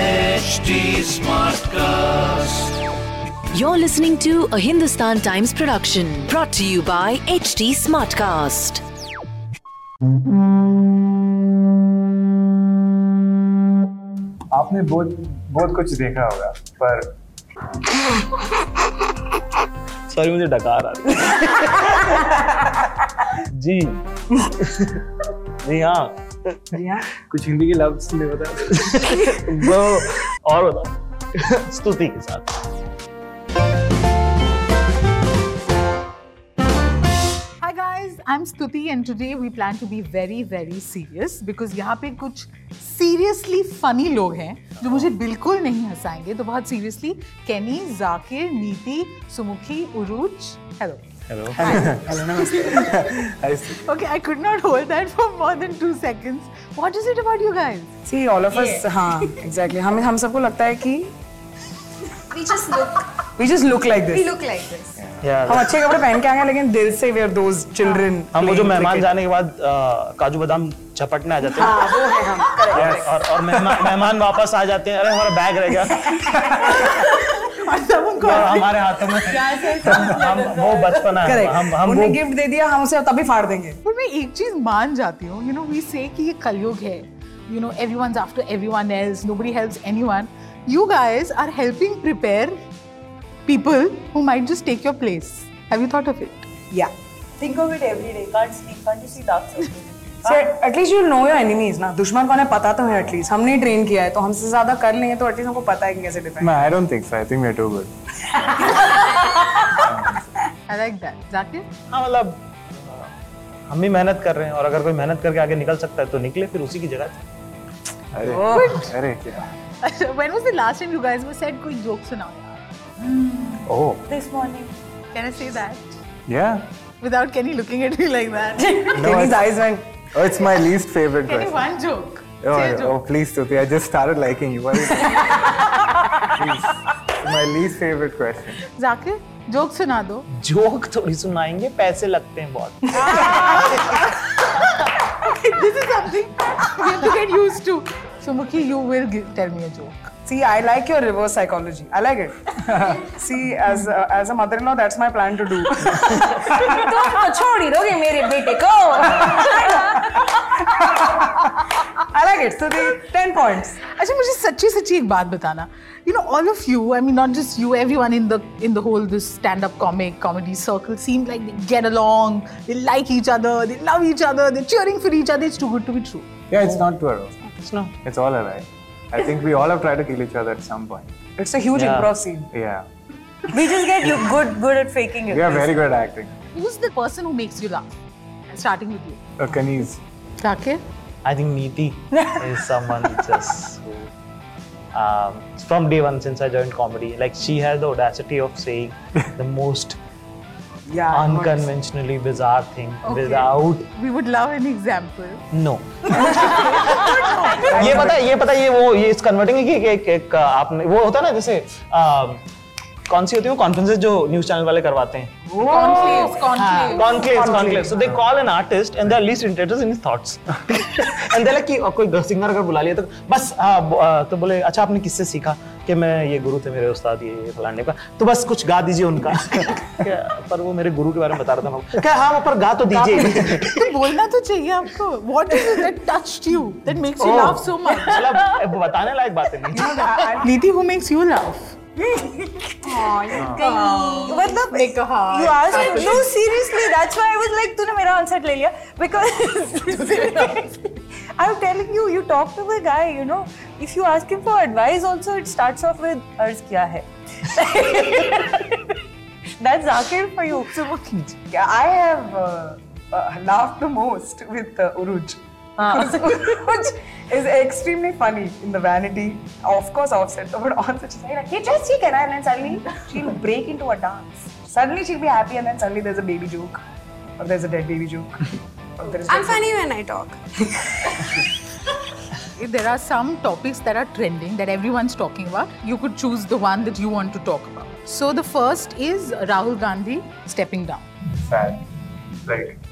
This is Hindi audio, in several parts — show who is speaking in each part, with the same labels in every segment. Speaker 1: HD Smartcast.
Speaker 2: You're listening to a Hindustan Times production brought to you by HT Smartcast.
Speaker 3: आपने बहुत बहुत कुछ देखा होगा पर
Speaker 4: सॉरी मुझे डकार आ रही है। जी जी हाँ
Speaker 3: कुछ हिंदी के लफ्ज नहीं पता
Speaker 4: वो और बताओ स्तुति के साथ
Speaker 5: Hi guys, I'm Stuti and today we plan to be very very serious because यहाँ पे कुछ seriously funny लोग हैं जो मुझे बिल्कुल नहीं हंसाएंगे तो बहुत seriously Kenny, Zakir, Neeti, Sumukhi, Uruj, hello.
Speaker 4: Hello
Speaker 5: Okay, I could not hold that for more than two seconds. What is it about you guys?
Speaker 6: See all of us हाँ एग्जैक्टली हमें हम सबको लगता है कि
Speaker 7: We just look.
Speaker 6: We just look like
Speaker 7: We
Speaker 6: this
Speaker 7: look like this.
Speaker 4: हाँ,
Speaker 6: हम अच्छे कपड़े पहन के आएंगे लेकिन दिल से वी आर दोस चिल्ड्रन
Speaker 8: हाँ.
Speaker 4: हम वो जो मेहमान जाने के बाद अ, काजू बादाम झपटने आ जाते हैं हाँ, वो है हम और और, और मेहमान मेहमान वापस आ जाते हैं अरे हमारा बैग रह गया
Speaker 5: और
Speaker 4: अच्छा,
Speaker 5: सब उनको
Speaker 4: और हमारे हाथों में हम हम वो बचपना है
Speaker 6: करेक्ट
Speaker 4: हम हम वो
Speaker 6: उन्हें गिफ्ट दे दिया हम उसे तभी फाड़ देंगे
Speaker 5: पर मैं एक चीज मान जाती हूँ यू नो वी से कि ये कलयुग है you know everyone after everyone else nobody helps anyone you guys are helping prepare people who might just take your place have you thought of it
Speaker 6: या
Speaker 8: Think of it every day. Can't sleep. Can't you see dark circles?
Speaker 6: At least you know your enemies ना दुश्मन कौन है पता तो है एटलीस्ट हमने ट्रेन किया है तो हमसे ज्यादा कर लेंगे तो एटलीस्ट हमको पता है कि कैसे डिपेंड
Speaker 3: मैं I don't think so I think we are too good
Speaker 5: I like that Zakir
Speaker 4: हाँ मतलब अ, हम भी मेहनत कर रहे हैं और अगर कोई मेहनत करके आगे निकल सकता है तो निकले फिर उसी की जगह
Speaker 3: अरे अरे क्या
Speaker 5: when was the last time you guys were said कोई जोक सुनाओ यार
Speaker 3: oh
Speaker 8: This morning.
Speaker 5: Can I say that
Speaker 3: या
Speaker 5: without Kenny looking at me like that
Speaker 6: Kenny's eyes went
Speaker 3: it's my least favourite
Speaker 5: Kenny one joke
Speaker 3: Oh, oh, please, Stuti, I just started liking you. Why would- Please. It's My least favorite question.
Speaker 5: Zakir joke सुना दो
Speaker 4: जोक थोड़ी सुनाएंगे पैसे लगते हैं बहुत
Speaker 5: this is something you have to get used to Sumukhi you will tell me a joke
Speaker 6: See, I like your reverse psychology. I like it. See, as a, as a mother-in-law, that's my plan to do. I like it. So the ten points.
Speaker 5: अच्छा मुझे सच्ची सच्ची एक बात बताना you know all of you I mean not just you everyone in the in the whole this stand up comic comedy circle seem like they get along they like each other they love each other they cheering for each other it's too good to be true
Speaker 3: Yeah, it's not true. at all.
Speaker 4: It's not.
Speaker 3: It's all a lie. I think we all have tried to kill each other at some point.
Speaker 6: It's a huge
Speaker 4: Yeah.
Speaker 6: improv scene.
Speaker 3: Yeah.
Speaker 8: We just get you good, good at faking it.
Speaker 3: We are very good at acting.
Speaker 5: Who's the person who makes you laugh starting with you
Speaker 3: Uh, Kaniz.
Speaker 5: Zakir
Speaker 4: I think Neeti is someone just who, um, from day one since I joined comedy, like she has the audacity of saying the most
Speaker 6: Yeah.
Speaker 4: unconventionally bizarre thing without
Speaker 5: we would love an example
Speaker 4: no. ये पता है ये पता है ये वो ये इस कन्वर्टिंग की एक, एक, एक आपने वो होता है ना जैसे um, कौन सी होती है वो कॉन्फ्रेंसेस जो न्यूज चैनल वाले करवाते हैं
Speaker 5: conclaves conclave
Speaker 4: Conclaves, conclaves. So they call an artist and they are least interested in his thoughts. and they're like कि और कोई सिंगर अगर बुला लिया तो बस हाँ ब- आ, तो बोले अच्छा आपने किससे सीखा कि मैं ये गुरु थे मेरे उस्ताद ये ये फलाने का तो बस कुछ गा दीजिए उनका क्या, पर वो मेरे गुरु के बारे में बता रहा था मैं क्या हाँ वो पर गा तो दीजिए
Speaker 5: तो बोलना तो चाहिए आपको what is it that touched you that makes you laugh so much
Speaker 4: मतलब अब बताने लायक बातें नहीं
Speaker 5: Neeti who makes you laugh
Speaker 8: मतलब
Speaker 5: ने कहा
Speaker 8: You asked me. No, seriously. That's why I was like, तूने मेरा आंसर ले लिया because. I'm telling you, you talk to the guy. You know, if you ask him for advice, also it starts off with अर्ज क्या है. That's Zakir for you.
Speaker 6: Yeah, I have uh, uh, laughed the most with uh, Uruj.
Speaker 8: हाँ।
Speaker 6: Uruj is extremely funny in the vanity. Of course, offset, but also she's like, hey, just see, can I? And then suddenly she'll break into a dance. Suddenly she'll be happy, and then suddenly there's a baby joke, or there's a dead baby joke. or there is
Speaker 7: I'm funny when I talk.
Speaker 5: If there are some topics that are trending that everyone's talking about, you could choose the one that you want to talk about. So the first is Rahul Gandhi stepping down.
Speaker 3: Sad. Like,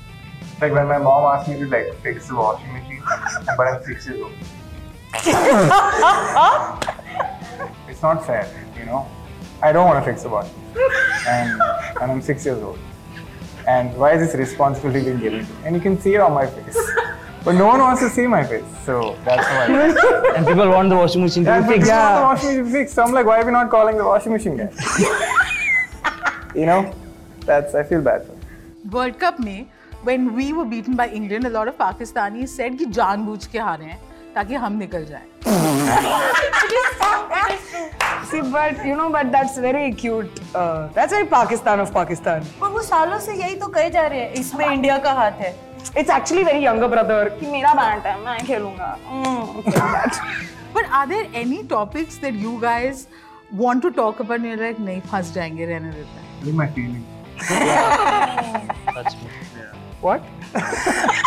Speaker 3: like when my mom asked me to like fix the washing machine, but I'm six years old. not fair, you know. I don't want to fix the body. And, and I'm six years old. And why is this responsibility being given to me? And you can see it on my face. But no one wants to see my face. So that's why.
Speaker 4: And people want the washing machine to
Speaker 3: Yeah,
Speaker 4: be
Speaker 3: but
Speaker 4: fixed.
Speaker 3: you want the washing machine to be fixed. So I'm like, why are we not calling the washing machine guy? you know, that's, I feel bad for him.
Speaker 5: World cup में when we were beaten by England, a lot of Pakistanis said कि जानबूझ के हारे हैं ताकि हम निकल जाएं
Speaker 6: See, but you know, but that's very cute. Uh, that's very Pakistan of Pakistan.
Speaker 8: पर वो सालों से यही तो कहे जा रहे हैं इसमें इंडिया का हाथ है
Speaker 6: It's actually very younger brother.
Speaker 8: कि मेरा बैंड है मैं खेलूंगा
Speaker 5: But are there any topics that you guys want to talk about and you're like नहीं फंस जाएंगे रहने देते हैं
Speaker 3: Leave my feelings.
Speaker 4: That's me.
Speaker 6: What?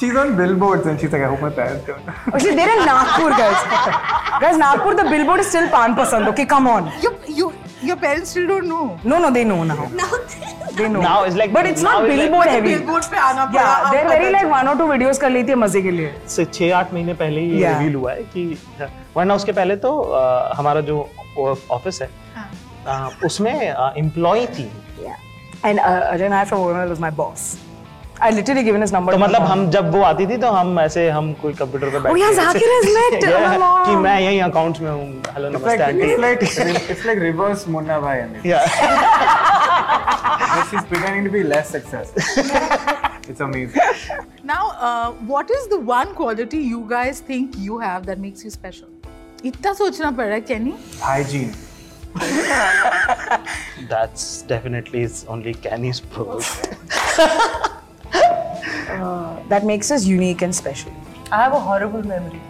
Speaker 3: She's on billboards and she's like, I hope my parents don't.
Speaker 6: Actually, Oh, they're in Nagpur, guys. guys, Nagpur, the billboard is still Pan Pasand. Okay, come on.
Speaker 5: You, you, your parents still don't know.
Speaker 6: No, no, they know now. They know.
Speaker 4: Now it's like-
Speaker 6: But it's
Speaker 4: now
Speaker 6: not
Speaker 4: it's like-
Speaker 6: billboard heavy.
Speaker 5: Billboard पे आना पड़ा
Speaker 6: Yeah,
Speaker 5: अब
Speaker 6: they're
Speaker 5: पता
Speaker 6: very like one or two videos कर ली थी मजे के लिए.
Speaker 4: से छः आठ महीने पहले ही
Speaker 6: Yeah.
Speaker 4: रिवील हुआ है कि हाँ, वरना उसके पहले तो अ, हमारा जो ऑफिस है
Speaker 6: हाँ।
Speaker 4: अ, उसमें एम्प्लॉय थी
Speaker 6: Yeah. And uh, Ajay Nair from OML was my boss. I literally given his number.
Speaker 4: तो
Speaker 6: to my
Speaker 4: मतलब
Speaker 6: mom.
Speaker 4: हम जब वो आती थी तो हम ऐसे हम कोई कंप्यूटर पे बैठ
Speaker 6: Oh yeah,
Speaker 4: के ऐसे-
Speaker 6: Zakir has met.
Speaker 4: Yeah,
Speaker 6: my mom.
Speaker 4: कि मैं यही अकाउंट्स में हूँ हेलो
Speaker 3: It's like,
Speaker 4: नमस्ते
Speaker 3: it's
Speaker 4: aunty
Speaker 3: like, it's like reverse Munna Bhai. I mean.
Speaker 4: Yeah.
Speaker 3: But she's pretending to be less successful. it's amazing.
Speaker 5: Now, uh, what is the one quality you guys think you have that makes you special? इतना सोचना पड़ रहा है Kenny
Speaker 3: Hygiene.
Speaker 4: That's definitely is only Kenny's pros.
Speaker 6: That makes us unique and special.
Speaker 8: I have a horrible memory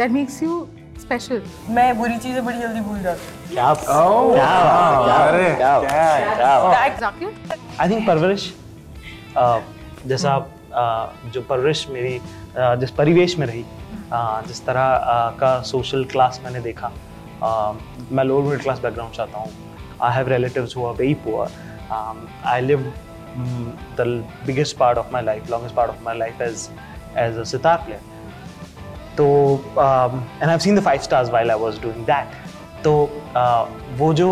Speaker 5: that makes you special.
Speaker 8: मैं बुरी चीजें बड़ी जल्दी भूल जाती हूँ
Speaker 4: क्या
Speaker 3: Oh,
Speaker 4: क्या
Speaker 3: wow.
Speaker 4: क्या क्या
Speaker 3: Yeah.
Speaker 4: क्या
Speaker 5: Zakir?
Speaker 4: आई थिंक परवरिश अ, uh, जैसा अ, जो परवरिश मेरी अ, जिस परिवेश में रही अ, जिस तरह अ, का सोशल क्लास मैंने देखा अ, मैं लोअर मिडिल क्लास बैकग्राउंड से आता हूँ I have relatives who are very poor I live the biggest part of my life longest part of my life as as a sitar player तो and I seen the five stars while I was doing that तो uh, वो जो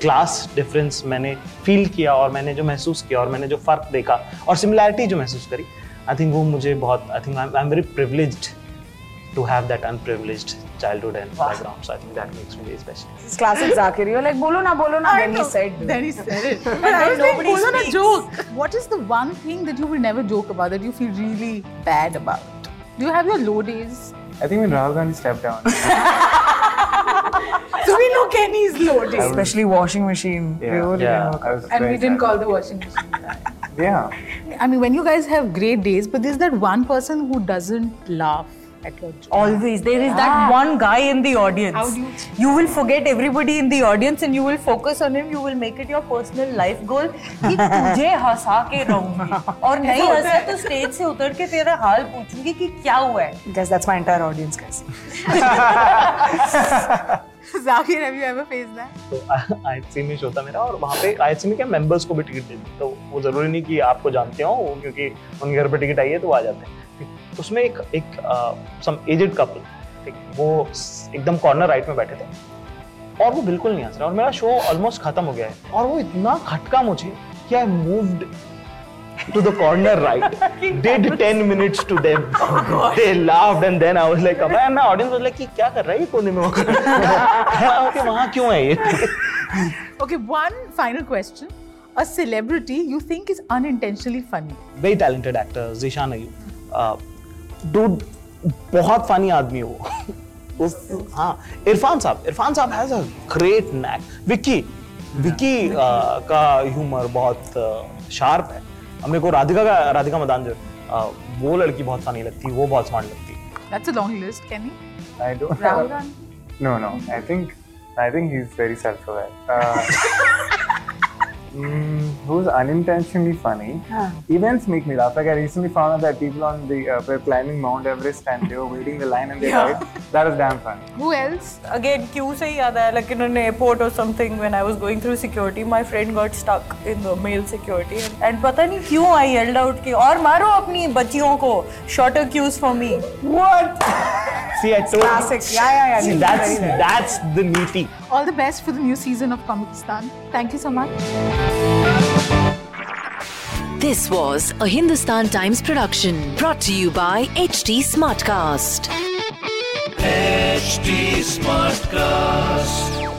Speaker 4: क्लास डिफरेंस मैंने फील किया और मैंने जो महसूस किया और मैंने जो फ़र्क देखा और सिमिलैरिटी जो महसूस करी आई थिंक वो मुझे बहुत I think I am very privileged to have that unprivileged childhood and background so I think that makes me very special
Speaker 6: It's classic Zakir. You're like, bolo na, bolo na. Then he said.
Speaker 5: Then he said it. And I was like,
Speaker 8: nobody
Speaker 5: was on a
Speaker 8: speaks.
Speaker 5: joke. What is the one thing that you will never joke about that you feel really bad about? Do you have your low days?
Speaker 3: I think when Rahul Gandhi stepped down,
Speaker 5: So we know Kenny is low days.
Speaker 6: Especially washing machine.
Speaker 3: yeah,
Speaker 6: We were
Speaker 4: Yeah.
Speaker 3: I was
Speaker 5: And
Speaker 3: very
Speaker 5: we didn't
Speaker 3: sad.
Speaker 5: call the washing machine.
Speaker 3: Yeah.
Speaker 5: I mean, when you guys have great days, but there's that one person who doesn't laugh at your joke.
Speaker 8: Always there is that one guy in the audience you will forget everybody in the audience and you will focus on him you will make it your personal life goal कि तुझे हंसा के रहूंगी और नहीं हंसा तो स्टेज से उतर के तेरा हाल पूछूंगी कि क्या हुआ है
Speaker 6: Guys, that's my entire audience, guys.
Speaker 5: Zakir, have you ever faced that?
Speaker 4: तो आई सी में शो था मेरा और वहाँ पे आई सी में क्या मेंबर्स E को भी टिकट देते हैं। तो वो ज़रूरी नहीं कि आपको जानते हो वो क्योंकि उनके घर पे टिकट आई है तो वो आ जाते हैं तो उसमें एक एक सम एजेड कपल ठीक वो स- एकदम कॉर्नर राइट में बैठे थे और वो बिल्कुल नहीं हंस रहे और मेरा शो ऑलमोस्ट खत्म हो गया है और वो इतना खटका मुझे कि I moved to the corner right did 10 minutes to them they laughed and then i was like "Abhay," and my audience was like "कि क्या कर रहा है ये कोने में होकर कि वहाँ क्यों है ये
Speaker 5: Okay, one final question. A celebrity you think is unintentionally funny.
Speaker 4: Very talented actor Zeeshan Ayub dude Uh, बहुत फनी आदमी है वो उस- हाँ इरफान साहब इरफान साहब has a great knack Vicky Vicky uh, का ह्यूमर बहुत शार्प है हमने को राधिका का राधिका मदान जो है, uh, वो लड़की बहुत फनी लगती है वो बहुत स्मार्ट लगती है
Speaker 5: That's a long list, Kenny.
Speaker 3: I don't.
Speaker 5: Rahul Gandhi.
Speaker 3: No, no. I think, I think he's very self-aware. Uh, mm, who's unintentionally funny? Events make me laugh. Like I recently found out that people on the uh, were climbing Mount Everest and they were waiting the line and they died. That was damn funny.
Speaker 5: Who else?
Speaker 8: Again क्यों से ही याद आया like in an airport or something when I was going through security my friend got stuck in the male security and पता नहीं क्यों I yelled out कि और मारो अपनी बच्चियों को shorter queues for me
Speaker 6: What?
Speaker 4: See, I told
Speaker 6: Classic. Yeah, yeah, yeah.
Speaker 4: See,
Speaker 6: Very
Speaker 4: that's
Speaker 6: well.
Speaker 4: that's the nitty.
Speaker 5: All the best for the new season of Comicistan. Thank you so much.
Speaker 2: This was a Hindustan Times production brought to you by HT Smartcast.
Speaker 1: HD Smartcast.